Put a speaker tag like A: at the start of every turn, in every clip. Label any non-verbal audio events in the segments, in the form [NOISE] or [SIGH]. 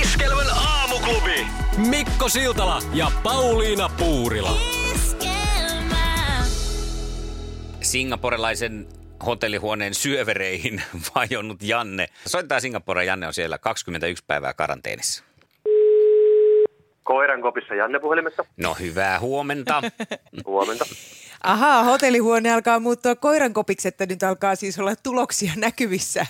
A: Iskelmän aamuklubi. Mikko Siltala ja Pauliina Puurila.
B: Singaporelaisen hotellihuoneen syövereihin [LAUGHS] vajonnut Janne. Soittaa Singapore, Janne on siellä 21 päivää karanteenissa.
C: Koiran kopissa Janne puhelimessa.
B: No hyvää
D: [LAUGHS]
B: huomenta.
C: Huomenta.
D: Ahaa, hotellihuone alkaa muuttua koirankopiksi, että nyt alkaa siis olla tuloksia näkyvissä.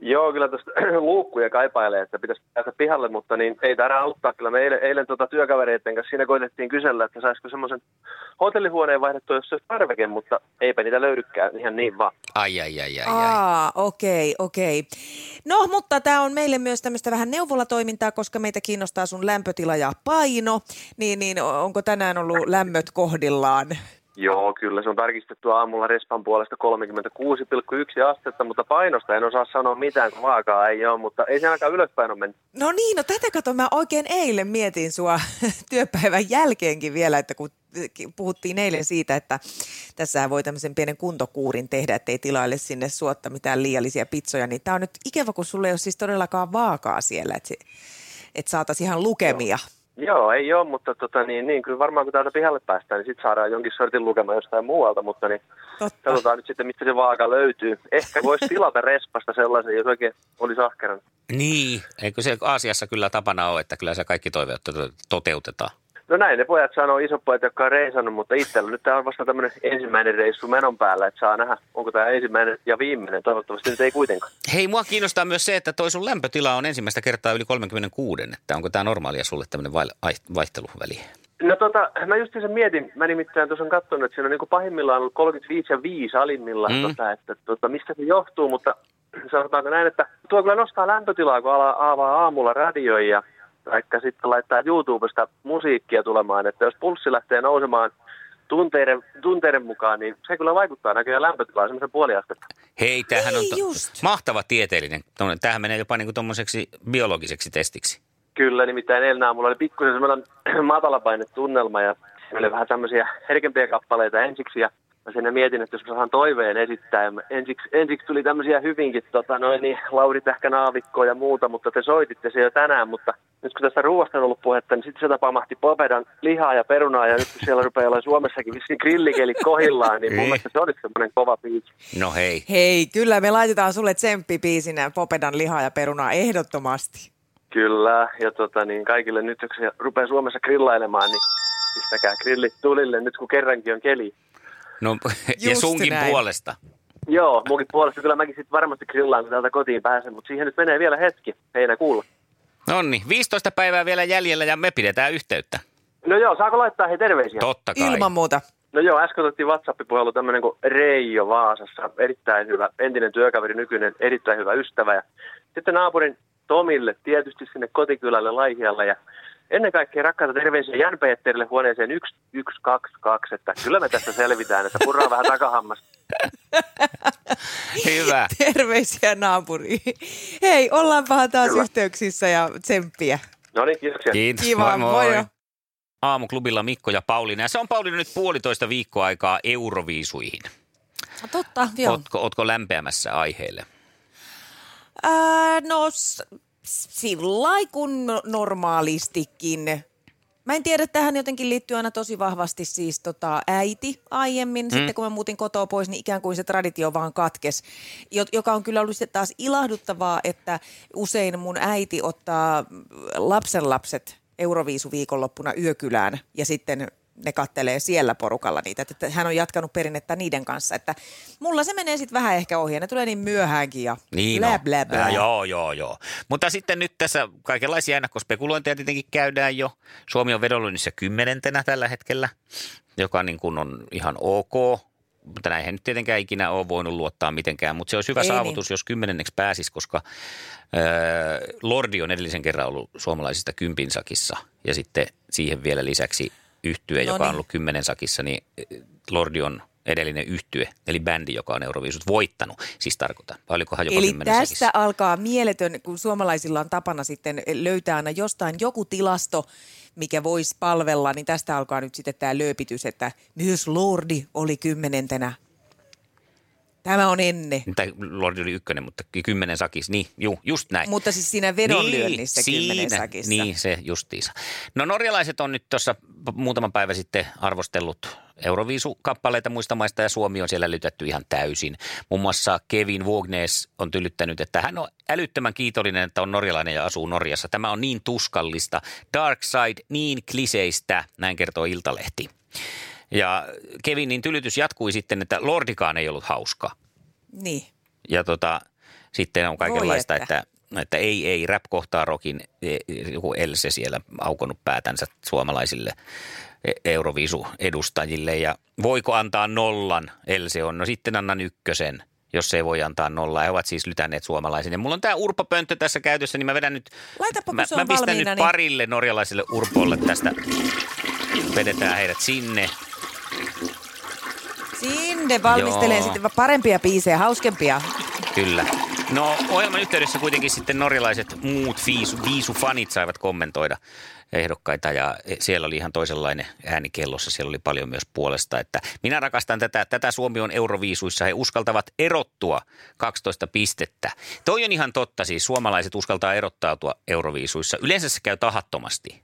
C: Joo, kyllä tuosta [CLEARS THROAT] luukkuja kaipailee, että pitäisi päästä pihalle, mutta niin ei taida auttaa. Kyllä me eilen, eilen tota työkavereiden kanssa siinä koitettiin kysellä, että saisiko semmoisen hotellihuoneen vaihdettua, jos se olisi tarveke, mutta eipä niitä löydykään ihan niin vaan.
B: Ai, ai, ai, ai, ai.
D: Aa, okei, okei. No, mutta tämä on meille myös tämmöistä vähän neuvolatoimintaa, koska meitä kiinnostaa sun lämpötila ja paino. Niin, niin o- onko tänään ollut lämmöt kohdillaan?
C: Joo, kyllä se on tarkistettu aamulla Respan puolesta 36,1 astetta, mutta painosta en osaa sanoa mitään, kun vaakaa ei ole, mutta ei se ainakaan ylöspäin ole mennyt.
D: No niin, no tätä kato, mä oikein eilen mietin sua [LAUGHS] työpäivän jälkeenkin vielä, että kun puhuttiin eilen siitä, että tässä voi tämmöisen pienen kuntokuurin tehdä, ettei tilaille sinne suotta mitään liiallisia pizzoja, niin tämä on nyt ikävä, kun sulla ei ole siis todellakaan vaakaa siellä, että, se- että saataisiin ihan lukemia.
C: Joo, ei ole, mutta tota, niin, niin, kyllä varmaan kun täältä pihalle päästään, niin sitten saadaan jonkin sortin lukema jostain muualta, mutta niin,
D: Totta.
C: katsotaan nyt sitten, mistä se vaaka löytyy. Ehkä voisi tilata Respasta sellaisen, jos oikein olisi ahkeran.
B: Niin, eikö se Aasiassa kyllä tapana ole, että kyllä se kaikki toiveet to- toteutetaan.
C: No näin, ne pojat sanoo isopojat, jotka on reisannut, mutta itsellä nyt tämä on vasta tämmöinen ensimmäinen reissu menon päällä, että saa nähdä, onko tämä ensimmäinen ja viimeinen. Toivottavasti nyt ei kuitenkaan.
B: Hei, mua kiinnostaa myös se, että toi sun lämpötila on ensimmäistä kertaa yli 36, että onko tämä normaalia sulle tämmöinen vail- aiht- vaihteluväli?
C: No tota, mä just sen mietin, mä nimittäin tuossa on katsonut, että siinä on niinku pahimmillaan ollut 35 ja 5 alimmillaan,
B: Mm.
C: mm. tota, että tota, mistä se johtuu, mutta sanotaanko näin, että tuo kyllä nostaa lämpötilaa, kun ala, avaa aamulla radioon ja vaikka sitten laittaa YouTubesta musiikkia tulemaan, että jos pulssi lähtee nousemaan tunteiden, tunteiden mukaan, niin se kyllä vaikuttaa näköjään lämpötilaan semmoisen puoli astetta.
B: Hei, tämähän on
D: Niin just.
B: mahtava tieteellinen. tommonen- Tämähän menee jopa niin tuommoiseksi biologiseksi testiksi.
C: Kyllä, nimittäin eilen aamulla oli pikkusen semmoinen [CLEARS THROAT] matalapainetunnelma ja siinä oli vähän tämmöisiä herkempiä kappaleita ensiksi ja mä siinä mietin, että jos mä saan toiveen esittää ja mä- ensiksi, ensiksi tuli tämmöisiä hyvinkin tota, noin niin, Lauri Tähkänaavikkoa ja muuta, mutta te soititte se jo tänään, mutta nyt kun tästä ruoasta on ollut puhetta, niin sitten se tapamahti Popedan lihaa ja perunaa ja nyt kun siellä rupeaa olla Suomessakin vissiin grillikeli kohillaan, niin mun
B: Ei.
C: mielestä se olisi semmoinen kova biisi.
B: No hei.
D: Hei, kyllä me laitetaan sulle tsemppipiisinä Popedan lihaa ja perunaa ehdottomasti.
C: Kyllä, ja tota, niin kaikille nyt, jos se rupeaa Suomessa grillailemaan, niin pistäkää grillit tulille nyt, kun kerrankin on keli.
B: No, [LAUGHS] ja
D: Just
B: sunkin
D: näin.
B: puolesta.
C: Joo, munkin puolesta kyllä mäkin sitten varmasti grillaan, kun täältä kotiin pääsen, mutta siihen nyt menee vielä hetki, heinäkuulla.
B: No niin, 15 päivää vielä jäljellä ja me pidetään yhteyttä.
C: No joo, saako laittaa hei terveisiä?
B: Totta kai.
D: Ilman muuta.
C: No joo, äsken otettiin WhatsApp-puhelu tämmöinen kuin Reijo Vaasassa, erittäin hyvä, entinen työkaveri, nykyinen erittäin hyvä ystävä. Ja sitten naapurin Tomille, tietysti sinne kotikylälle Laihialle ja ennen kaikkea rakkaita terveisiä Jan Peterille huoneeseen 1122, että kyllä me tässä selvitään, että puraa vähän takahammasta.
D: [LAUGHS]
B: Hyvä.
D: Terveisiä naapuriin. Hei, ollaan pahan taas
C: Kyllä.
D: yhteyksissä ja tsemppiä.
C: No niin, kiitoksia.
B: Kiitos.
D: Kiva,
B: moi. moi.
D: moi.
B: Aamuklubilla Mikko ja Pauliina. Ja se on Pauliina nyt puolitoista viikkoa aikaa euroviisuihin.
D: No totta,
B: Ootko, ootko lämpeämässä aiheelle?
D: Ää, no s- s- sillä lailla kuin no- normaalistikin. Mä en tiedä, tähän jotenkin liittyy aina tosi vahvasti siis tota äiti aiemmin. Mm. Sitten kun mä muutin kotoa pois, niin ikään kuin se traditio vaan katkes. Jo- Joka on kyllä ollut sitten taas ilahduttavaa, että usein mun äiti ottaa lapsenlapset Euroviisu viikonloppuna yökylään ja sitten ne kattelee siellä porukalla niitä. Että- Että hän on jatkanut perinnettä niiden kanssa. Että mulla se menee sitten vähän ehkä ohi ja ne tulee niin myöhäänkin ja
B: Niin
D: blä,
B: on.
D: blä, blä.
B: Ja, joo, joo, joo. Mutta sitten nyt tässä kaikenlaisia ennakkospekulointeja tietenkin käydään jo. Suomi on vedonlyönnissä kymmenentenä tällä hetkellä, joka niin kuin on ihan ok. mutta näinhän nyt tietenkään ikinä ole voinut luottaa mitenkään, mutta se olisi hyvä
D: Ei
B: Ei
D: niin.
B: saavutus, niin. jos kymmenenneksi pääsisi, koska öö, Lordi on edellisen kerran ollut suomalaisista kympin sakissa ja sitten siihen vielä lisäksi yhtye, joka on
D: Noniin.
B: ollut kymmenen sakissa, niin ö, Lordi on edellinen yhtye, eli bändi, joka on Euroviisut voittanut, siis tarkoitan. Vai olikohan jopa
D: Eli
B: kymmenen
D: tästä
B: sakissa?
D: alkaa mieletön, kun suomalaisilla on tapana sitten löytää aina jostain joku tilasto, mikä voisi palvella, niin tästä alkaa nyt sitten tämä lööpitys, että myös Lordi oli kymmenentenä. Tämä on ennen.
B: Tai Lordi oli ykkönen, mutta kymmenen sakissa, niin juu, just näin.
D: Mutta siis siinä vedonlyönnissä niin, kymmenen
B: siinä.
D: sakissa.
B: Niin, se justiinsa. No norjalaiset on nyt tuossa p- muutama päivä sitten arvostellut Euroviisu-kappaleita muista maista ja Suomi on siellä lytätty ihan täysin. Muun muassa Kevin Wognes on tylyttänyt, että hän on älyttömän kiitollinen, että on norjalainen ja asuu Norjassa. Tämä on niin tuskallista. Dark Side niin kliseistä, näin kertoo Iltalehti. Ja Kevinin tylytys jatkui sitten, että Lordikaan ei ollut hauska
D: Niin.
B: ja tota, sitten on kaikenlaista,
D: Voi että.
B: että. Että, ei, ei, rap kohtaa rokin, e- e- joku Else siellä aukonut päätänsä suomalaisille e- Eurovisu-edustajille ja voiko antaa nollan, Else on, no sitten annan ykkösen, jos ei voi antaa nollaa. He ovat siis lytäneet suomalaisen. Ja mulla on tämä urpapönttö tässä käytössä, niin mä vedän nyt,
D: Laitapa, kun
B: mä,
D: se on
B: mä pistän
D: valmiina,
B: nyt
D: niin-
B: parille norjalaiselle urpolle tästä. Vedetään heidät sinne.
D: Sinne valmistelee
B: Joo.
D: sitten parempia biisejä, hauskempia. [LAUGHS]
B: Kyllä. No ohjelman yhteydessä kuitenkin sitten norjalaiset muut viisu, viisufanit saivat kommentoida ehdokkaita ja siellä oli ihan toisenlainen ääni kellossa. Siellä oli paljon myös puolesta, että minä rakastan tätä. Tätä Suomi on euroviisuissa. He uskaltavat erottua 12 pistettä. Toi on ihan totta siis. Suomalaiset uskaltaa erottautua euroviisuissa. Yleensä se käy tahattomasti.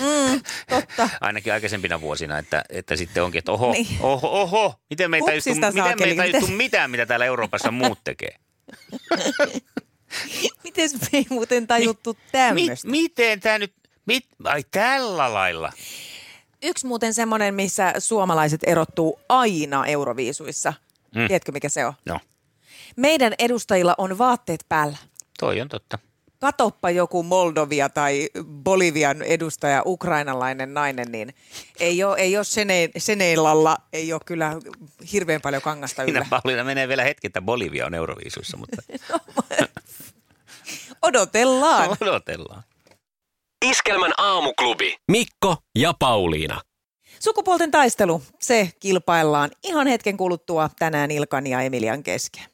D: Mm, Totta.
B: [LAUGHS] Ainakin aikaisempina vuosina, että, että sitten onkin, että oho,
D: Niin.
B: oho, oho, miten meitä ei
D: Hupsista
B: tajuttu, miten me ei
D: saakeli,
B: tajuttu
D: miten-
B: mitään, mitä täällä Euroopassa muut tekee.
D: Miten me ei muuten tajuttu
B: Niin,
D: tämmöistä?
B: miten tämä nyt, mit, ai tällä lailla.
D: Yksi muuten semmoinen, missä suomalaiset erottuu aina euroviisuissa. Mm. Tiedätkö, mikä se on?
B: No,
D: Meidän edustajilla on vaatteet päällä.
B: toi on totta.
D: Katoppa joku Moldovia tai Bolivian edustaja, ukrainalainen nainen, niin ei ole, ei ole sene, Seneilalla, ei ole kyllä hirveän paljon kangasta
B: Minä
D: yllä.
B: Pauliina menee vielä hetki, että Bolivia on Euroviisuissa, [LAUGHS] mutta No.
D: Odotellaan.
B: [LAUGHS] odotellaan.
A: Iskelmän aamuklubi. Mikko ja Pauliina.
D: Sukupuolten taistelu, se kilpaillaan ihan hetken kuluttua tänään Ilkan ja Emilian kesken.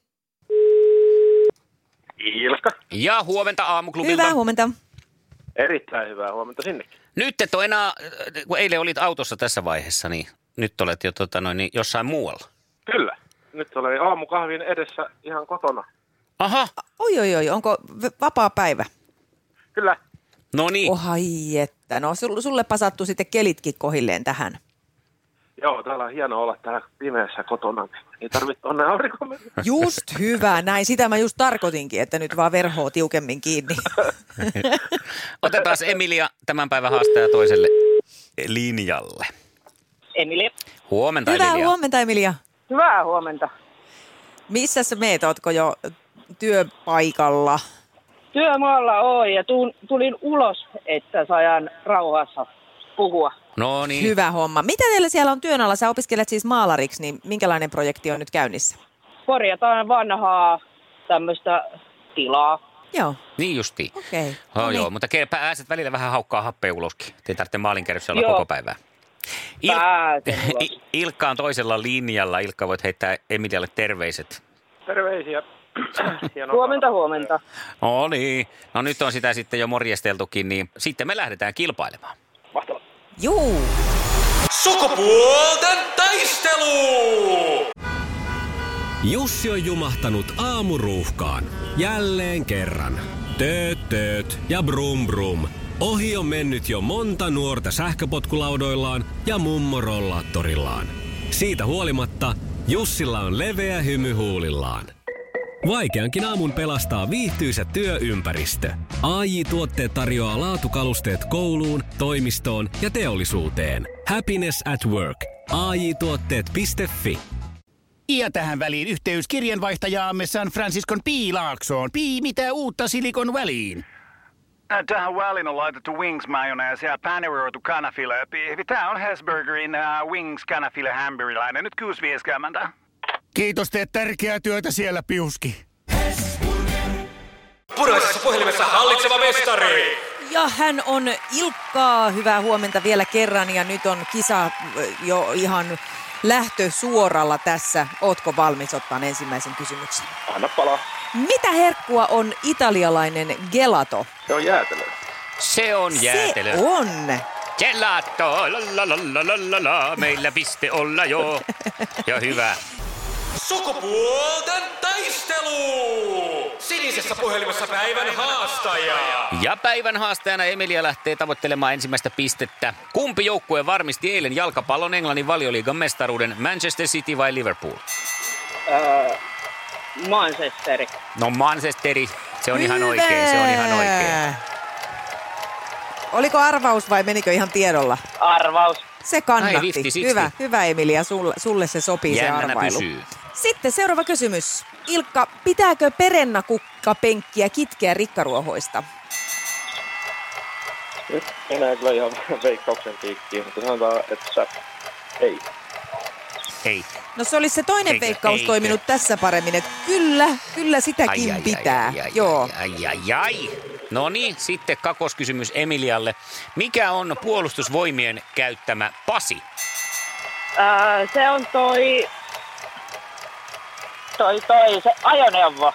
C: Ilka.
B: Ja huomenta aamuklubilta.
D: Hyvää huomenta.
C: Erittäin hyvää huomenta sinnekin.
B: nyt et ole enää, kun eilen olit autossa tässä vaiheessa, niin nyt olet jo tota, noin, niin jossain muualla.
C: Kyllä. Nyt olen aamukahvin edessä ihan kotona.
B: Aha,
D: Oi, oi, oi, onko v- vapaa päivä?
C: Kyllä.
B: no niin.
D: Oh, ai että, no sul- sullepa sattuu sitten kelitkin kohilleen tähän.
C: Joo, täällä on hienoa olla täällä pimeässä kotona. niin Ei tarvitse onne aurinko mennä.
D: Just hyvä, näin. Sitä mä just tarkoitinkin, että nyt vaan verhoa tiukemmin
B: [LAUGHS]
D: kiinni.
B: [LAUGHS] Otetaan Emilia tämän päivän haastaja toiselle linjalle.
E: Emili.
B: Huomenta
D: Hyvää
B: Emilia.
D: huomenta, Emilia.
E: Hyvää huomenta.
D: Missä sä meet? Ootko jo työpaikalla?
E: Työmaalla oon ja tuun, tulin ulos, että saan rauhassa puhua.
B: No niin.
D: Hyvä homma. Mitä teillä siellä on työn alla? Sä opiskelet siis maalariksi, niin minkälainen projekti on nyt käynnissä?
E: Korjataan vanhaa tämmöistä tilaa.
D: Joo,
B: Niin justiin.
D: okei. No Okay.
B: Oh, joo, mutta ke- pääset välillä vähän haukkaa happea uloskin. Te ei tarvitse maalinkärjessä olla
E: Joo.
B: koko päivää. [LAUGHS]
E: Pääsen ulos.
B: I- Ilkka on toisella linjalla. Ilkka, voit heittää Emilialle terveiset.
C: Terveisiä.
F: [COUGHS]
C: Hienoa
E: Huomenta, huomenta.
B: No niin. No nyt on sitä sitten jo morjesteltukin, niin sitten me lähdetään kilpailemaan.
C: Mahtavaa.
D: niin. Juu.
A: Sukupuolten taistelu! Jussi on jumahtanut aamuruuhkaan. Jälleen kerran. Tööt, tööt ja brum brum. Ohi on mennyt jo monta nuorta sähköpotkulaudoillaan ja mummorollaattorillaan. Siitä huolimatta Jussilla on leveä hymy huulillaan. Vaikeankin aamun pelastaa viihtyisä työympäristö. AI Tuotteet tarjoaa laatukalusteet kouluun, toimistoon ja teollisuuteen. Happiness at work. AJ Tuotteet.fi
G: Ja tähän väliin yhteys kirjanvaihtajaamme San Franciscon P. Laaksoon. P. Mitä uutta Silikon väliin?
H: Ä, Äh, Tähän väliin on laitettu wings mayonnaise ja paneroitu äh, kanafila. Tämä on Hesburgerin uh, wings kanafila hamburilainen. Nyt kuusi vieskäämäntä.
G: Kiitos, teet tärkeää työtä siellä, Piuski.
I: Puraisessa puhelimessa hallitseva mestari.
D: Ja hän on Ilkkaa. Hyvää huomenta vielä kerran ja nyt on kisa ö, jo ihan lähtö suoralla tässä. Ootko valmis ottaa ensimmäisen kysymyksen?
F: Anna palaa.
D: Mitä herkkua on italialainen gelato?
F: Se on jäätelö.
B: Se on jäätelö.
D: Se on.
B: Gelato, la la la la la la la, meillä piste olla jo. Ja hyvä.
I: Sukupuolten taistelu. Sinisessä puhelimessa päivän haastaja.
B: Ja päivän haastajana Emilia lähtee tavoittelemaan ensimmäistä pistettä. Kumpi joukkue varmisti eilen jalkapallon Englannin valioliigan mestaruuden, Manchester City vai Liverpool?
E: Öö, Manchesteri.
B: No Manchesteri, se on ihan oikein, se on ihan oikein.
D: Hyvä. Oliko arvaus vai menikö ihan tiedolla?
E: Arvaus.
D: Se kannatti.
B: 50-60.
D: hyvä, hyvä Emilia, sulle, sulle se sopii se
B: Jännänä
D: arvailu.
B: pysyy.
D: Sitten seuraava kysymys. Ilkka, pitääkö perennakukkapenkkiä kitkeä rikkaruohoista?
F: Nyt menee kyllä ihan [LAUGHS] veikkauksen piikkiin, mutta sanotaan, että ei.
B: Ei.
D: No se olisi se toinen
B: Eikö,
D: veikkaus
B: eikö?
D: toiminut tässä paremmin, että kyllä, kyllä sitäkin pitää.
B: Ai, ai,
D: Joo.
B: ai, ai, ai. No niin, sitten kakoskysymys Emilialle. Mikä on puolustusvoimien käyttämä pasi?
E: Öö, se on toi... Toi, toi, se ajoneuvo.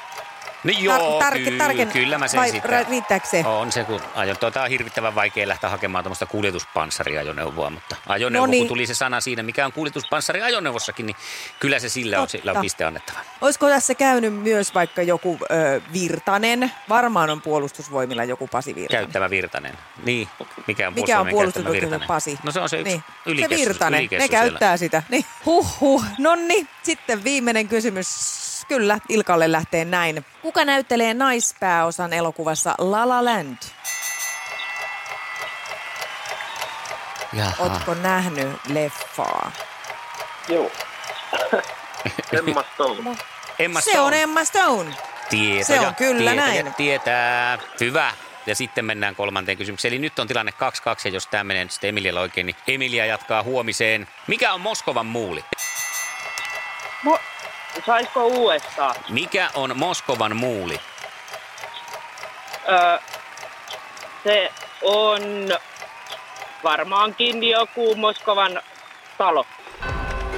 B: No joo,
D: Tar-
B: ky-
D: tarke- tarken-
B: kyllä mä sen
D: vai
B: sitä. Oh.
D: ra- riittääkö se?
B: On se, kun ajo, tuota on hirvittävän vaikea lähteä hakemaan tuommoista kuljetuspanssariajoneuvoa, mutta ajoneuvo,
D: No niin.
B: kun tuli se sana siinä, mikä on kuljetuspanssari ajoneuvossakin, niin kyllä se sillä on, sillä on
D: Totta.
B: piste annettava.
D: Olisiko tässä käynyt myös vaikka joku ö, Virtanen? Varmaan on puolustusvoimilla joku Pasi Virtanen.
B: Käyttävä Virtanen. Niin, mikä on
D: Mikä on
B: puolustusvoimien käyttämä Virtanen?
D: puolustusvoimilla Pasi?
B: No se on se yksi
D: niin. Se
B: ylikeskus,
D: Virtanen, ne
B: ylikeskus siellä.
D: käyttää sitä. Niin. Huhhuh. Nonni, niin, sitten viimeinen kysymys. Kyllä, Ilkalle lähtee näin. Kuka näyttelee naispääosan elokuvassa La La Land?
B: Jaha.
D: Ootko nähnyt leffaa?
F: [LAUGHS] Joo.
C: Emma Stone.
B: Emma
D: Se on
B: Stone.
D: Emma Stone.
B: Tietoja,
D: Se on kyllä
B: tietoja,
D: näin.
B: tietää. Hyvä. Ja sitten mennään kolmanteen kysymykseen. Eli nyt on tilanne 2-2 ja jos tämä menee nyt sitten Emilialla oikein, niin Emilia jatkaa huomiseen. Mikä on Moskovan muuli?
E: Mo- Saisiko uudestaan?
B: Mikä on Moskovan muuli?
E: Öö, se on varmaankin joku Moskovan talo.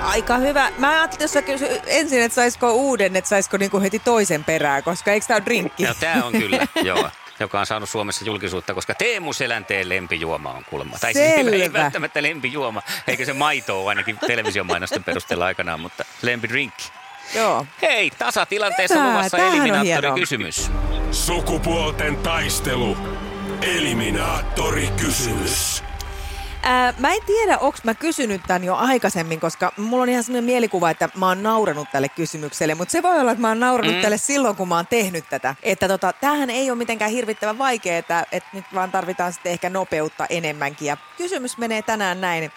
D: Aika hyvä. Mä ajattelin tuossa kysy- ensin, että saisiko uuden, että saisiko niinku heti toisen perään, koska eikö tää ole drinkki?
B: No tämä on kyllä, joo joka on saanut Suomessa julkisuutta, koska Teemu Selänteen lempijuoma on kuulemma. Tai siis ei, ei
D: Selvä.
B: välttämättä lempijuoma, eikä se maito ole ainakin televisiomainosten perusteella aikanaan, mutta lempidrinkki.
D: [LAUGHS] Joo.
B: Hei, tasatilanteessa
D: Hyvä,
B: luvassa
D: tämähän on
B: eliminaattorikysymys.
I: Sukupuolten taistelu. Eliminaattori kysymys.
D: Ää, Äh, mä en tiedä, onko mä kysynyt tämän jo aikaisemmin, koska mulla on ihan sellainen mielikuva, että mä oon nauranut tälle kysymykselle, mutta se voi olla, että mä oon nauranut mm. tälle silloin, kun mä oon tehnyt tätä. Että tota, tämähän ei ole mitenkään hirvittävän vaikeaa, että nyt vaan tarvitaan sitten ehkä nopeutta enemmänkin. Ja kysymys menee tänään näin.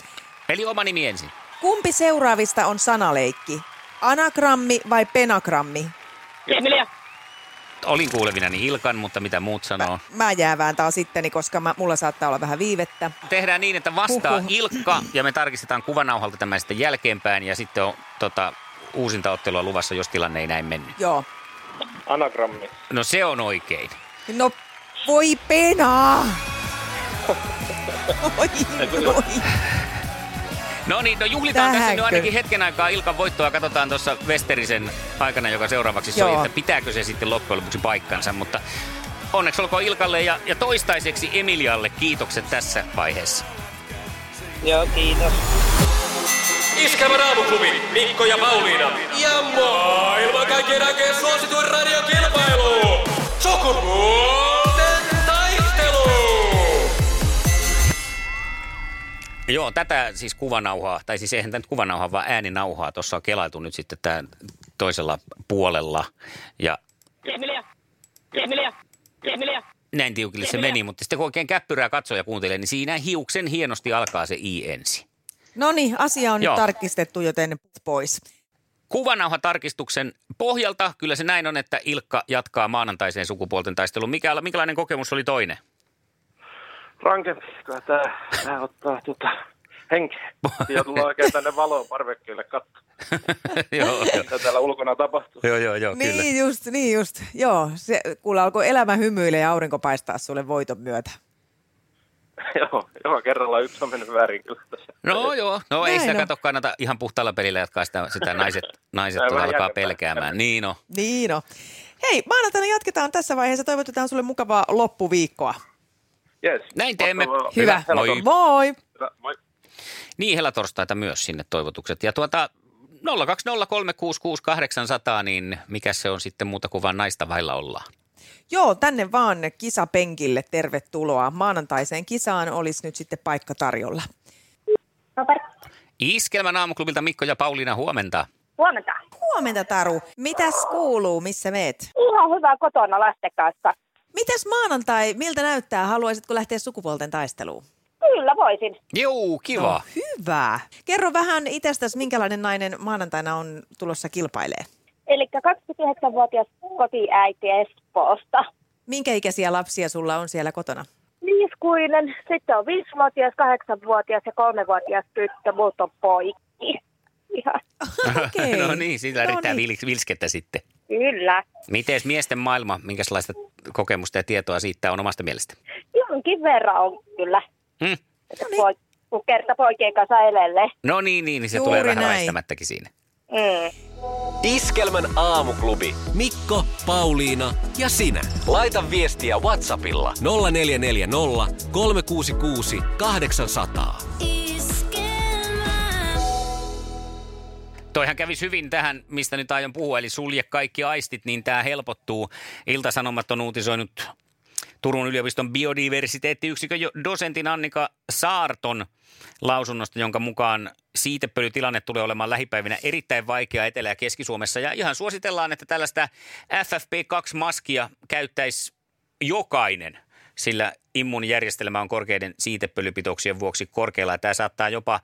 B: Eli oma nimi ensin.
D: Kumpi seuraavista on sanaleikki? Anagrammi vai penagrammi?
E: Dạ, Emilia,
B: Olin kuulevinani Ilkan, mutta mitä muut sanoo.
D: Mä jäävään taas itteni, koska mä, mulla saattaa olla vähän viivettä.
B: Tehdään niin, että vastaa
D: Huhhuh.
B: Ilkka ja me tarkistetaan kuvanauhalta tämän sitten jälkeenpäin ja sitten on tota, uusinta ottelua luvassa, jos tilanne ei näin mennyt.
D: Joo.
F: Anagrammi.
B: No se on oikein.
D: No, voi penaa! Oi, voi.
B: No niin, no juhlitaan tässä
D: Tähänkö?
B: nyt ainakin hetken aikaa Ilkan voittoa. Katsotaan tuossa Westerisen aikana, joka seuraavaksi soi,
D: Joo.
B: että pitääkö se sitten loppujen lopuksi paikkansa. Mutta onneksi olkoon Ilkalle ja, ja toistaiseksi Emilialle kiitokset tässä vaiheessa.
E: joo kiitos.
I: Iskelmän aamuklubi, Mikko ja Pauliina. Ja maailman kaikkien aikeen suosituen radiokilpailu. Sukupuolten taistelu.
B: Joo, tätä siis kuvanauhaa, tai siis eihän tämä nyt kuvanauhaa, vaan ääninauhaa. Tuossa on kelailtu nyt sitten tämän toisella puolella. Ja
E: Dạ, Emilia, Dạ, Emilia, Emilia.
B: näin tiukille se meni, mutta sitten kun oikein käppyrää katsoo ja kuuntelee, niin siinä hiuksen hienosti alkaa se i ensi.
D: No niin, asia on
B: Joo.
D: nyt tarkistettu, joten pois.
B: Kuvanauhatarkistuksen pohjalta kyllä se näin on, että Ilkka jatkaa maanantaiseen sukupuolten taisteluun. Mikä, minkälainen kokemus oli toinen?
C: Rankempi, kun tää, tää ottaa tota,
F: henkeä. Ja tullaan oikein tänne valoon parvekkeelle katsoa,
B: [LAUGHS] joo, joo.
F: mitä täällä ulkona tapahtuu. [LAUGHS]
B: joo, joo, joo, No kyllä.
D: Niin just, niin just. Joo, se, kuule alkoi elämä hymyillä ja aurinko paistaa sulle voiton myötä.
F: joo, joka kerralla yksi on mennyt väärin kyllä tässä.
B: No joo, no ei
D: Näin
B: sitä
D: on.
B: kato kannata ihan puhtaalla pelillä jatkaa sitä, sitä naiset, naiset
F: Ai,
B: tuota
F: vähän
B: alkaa
F: jälkeenpäin.
B: pelkäämään. Niin no.
D: Niin no. Hei, maanantaina jatketaan tässä vaiheessa. Toivotetaan sulle mukavaa loppuviikkoa.
F: Yes.
B: Näin teemme.
F: Mahtavaa.
D: Hyvä.
B: Moi.
D: Moi.
F: Hyvä, Moi.
B: Niin helatorstaita myös sinne toivotukset. Ja tuota 020366800, niin mikä se on sitten muuta kuin vaan naista vailla ollaan.
D: Joo, tänne vaan kisapenkille tervetuloa. Maanantaiseen kisaan olisi nyt sitten paikka tarjolla.
J: Robert,
B: Iskelmän aamuklubilta Mikko ja Pauliina huomenta.
J: huomenta.
D: Huomenta Taru, mitäs kuuluu, missä meet?
J: Ihan hyvä kotona lasten kanssa.
D: Mitäs maanantai, miltä näyttää? Haluaisitko lähteä sukupuolten taisteluun?
J: Kyllä voisin.
B: Juu, kiva.
D: Hyvä. Kerro vähän itsestäsi, minkälainen nainen maanantaina on tulossa kilpailee.
J: Eli 29-vuotias kotiäiti Espoosta.
D: Minkä ikäisiä lapsia sulla on siellä kotona?
J: Niiskuinen, sitten on 5-vuotias, 8-vuotias ja 3-vuotias tyttö, muut on poikki. Ihan.
D: [LAUGHS] Okei.
B: [LAUGHS] no niin, sillä
D: No
B: riittää
D: niin.
B: vil- vilskettä sitten.
J: Kyllä.
B: Mites miesten maailma, minkälaista kokemusta ja tietoa siitä on omasta mielestä?
J: Jonkin verran on kyllä.
B: Hmm?
J: Että poi, kun kerta poikien kanssa elelee.
B: No niin, niin, niin se
D: Juuri
B: tulee vähän
D: näin.
B: väistämättäkin siinä.
J: Mm.
I: Iskelmän aamuklubi.
A: Mikko, Pauliina ja sinä.
I: Laita viestiä Whatsappilla.
A: 0440 366 800.
B: Toihan kävisi hyvin tähän, mistä nyt aion puhua, eli sulje kaikki aistit, niin tämä helpottuu. Iltasanomat on uutisoinut Turun yliopiston biodiversiteettiyksikön jo- dosentin Annika Saarton lausunnosta, jonka mukaan siitepölytilanne tulee olemaan lähipäivinä erittäin vaikea Etelä- ja Keski-Suomessa. Ja ihan suositellaan, että tällaista FFP2-maskia käyttäisi jokainen, sillä immuunijärjestelmä on korkeiden siitepölypitoksien vuoksi korkealla. Ja tämä saattaa jopa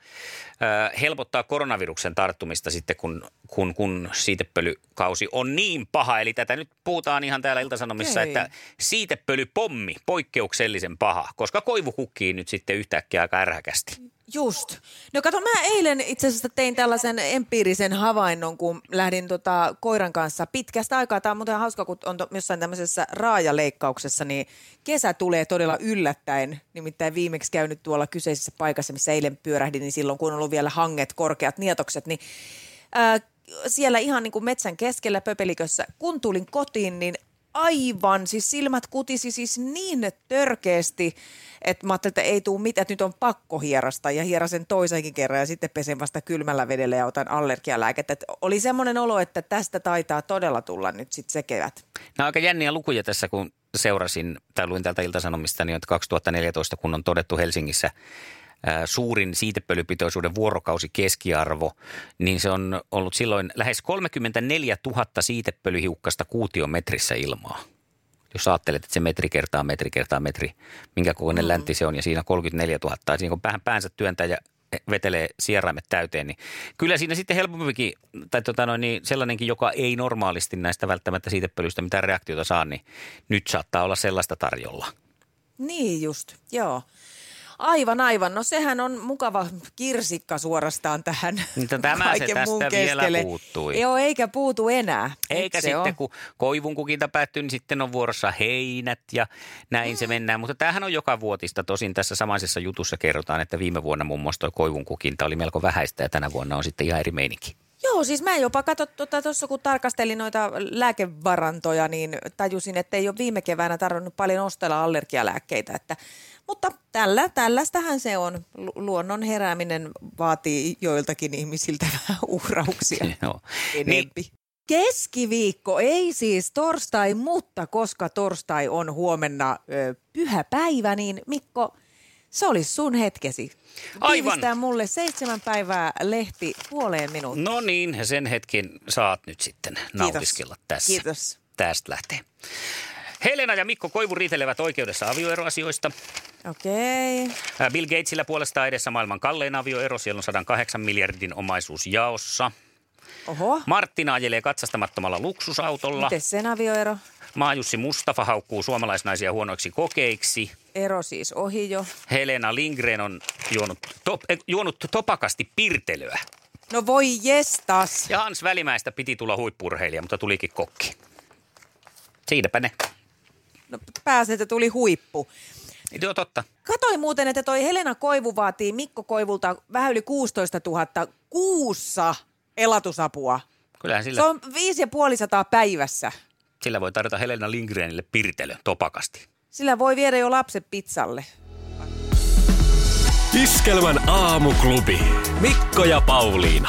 B: ö, helpottaa koronaviruksen tarttumista sitten, kun, kun, kun siitepölykausi on niin paha. Eli tätä nyt puhutaan ihan täällä Iltasanomissa,
D: Okei.
B: että siitepölypommi poikkeuksellisen paha, koska koivu kukkii nyt sitten yhtäkkiä aika ärhäkästi.
D: Just. No kato, mä eilen itse asiassa tein tällaisen empiirisen havainnon, kun lähdin tota koiran kanssa pitkästä aikaa. Tämä on muuten hauska, kun on to, jossain tämmöisessä raajaleikkauksessa, niin kesä tulee todella yllättäen. Nimittäin viimeksi käynyt tuolla kyseisessä paikassa, missä eilen pyörähdin, niin silloin kun on ollut vielä hanget, korkeat nietokset, niin ää, siellä ihan niin kuin metsän keskellä pöpelikössä, kun tulin kotiin, niin aivan, siis silmät kutisi siis niin törkeästi, että mä ajattelin, että ei tuu mitään, että nyt on pakko hierasta ja hierasen toisenkin kerran ja sitten pesen vasta kylmällä vedellä ja otan allergialääkettä. Et oli semmoinen olo, että tästä taitaa todella tulla nyt sitten se kevät.
B: Nämä on aika jänniä lukuja tässä, kun seurasin tai luin täältä Iltasanomista, niin että 2014, kun on todettu Helsingissä ää, suurin siitepölypitoisuuden vuorokausi keskiarvo, niin se on ollut silloin lähes 34 000 siitepölyhiukkasta kuutiometrissä ilmaa. Jos ajattelet, että se metri kertaa metri kertaa metri, minkä kokoinen mm-hmm. läntti se on, ja siinä 34 000, ja siinä kun päähän päänsä työntää ja vetelee sieraimet täyteen, niin kyllä siinä sitten helpompikin, tai tota noin, niin sellainenkin, joka ei normaalisti näistä välttämättä siitepölystä mitään reaktiota saa, niin nyt saattaa olla sellaista tarjolla.
D: Niin just, joo. Aivan, aivan. No sehän on mukava kirsikka suorastaan tähän
B: Mutta No tämä se
D: kaiken
B: tästä
D: muun
B: vielä
D: keskelle.
B: puuttui.
D: Joo, eikä puutu enää.
B: Eikä
D: Nyt se
B: sitten,
D: on.
B: kun koivun kukinta päättyy, niin sitten on vuorossa heinät ja näin mm. se mennään. Mutta tämähän on joka vuotista. Tosin tässä samaisessa jutussa kerrotaan, että viime vuonna muun muassa toi koivun kukinta oli melko vähäistä ja tänä vuonna on sitten ihan eri meininki.
D: Joo, siis mä jopa katso tuota, tuossa kun tarkastelin noita lääkevarantoja, niin tajusin, että ei ole viime keväänä tarvinnut paljon ostella allergialääkkeitä. Että, mutta tällä, tällaistähän se on. Lu- Luonnon herääminen vaatii joiltakin ihmisiltä [LAUGHS] vähän uhrauksia
B: [LAUGHS] Joo. Niin,
D: enempi. Keskiviikko, ei siis torstai, mutta koska torstai on huomenna ö, pyhä päivä, niin Mikko, se olisi sun hetkesi.
B: Aivan.
D: Tiivistää mulle seitsemän päivää lehti puoleen minuuttiin.
B: no niin, ja sen hetken saat nyt sitten nautiskella tässä.
D: Kiitos.
B: Tästä lähtee. Helena ja Mikko Koivu riitelevät oikeudessa avioeroasioista. Äh,
D: Okei. Okay.
B: Bill Gatesillä puolestaan edessä maailman kallein avioero. Siellä on 108 miljardin omaisuus jaossa.
D: Oho.
B: Martina ajelee katsastamattomalla luksusautolla.
D: Miten sen avioero?
B: Maajussi Mustafa haukkuu suomalaisnaisia huonoiksi kokeiksi.
D: Ero siis ohi jo.
B: Helena Lindgren on juonut, top, eh, juonut topakasti pirtelöä.
D: No voi jestas.
B: Ja Hans Välimäestä piti tulla huippurheilija, mutta tulikin kokki. Siinäpä ne.
D: No, pääsi, että tuli huippu.
B: Niin Joo, totta.
D: Katoin muuten, että toi Helena Koivu vaatii Mikko Koivulta vähän yli 16 000 kuussa elatusapua.
B: Kyllähän sillä,
D: Se on viisi ja puolisataa päivässä.
B: sillä voi tarjota Helena Lindgrenille pirtelö topakasti.
D: Sillä voi viedä jo lapset pizzalle.
A: Iskelmän aamuklubi. Mikko ja Pauliina.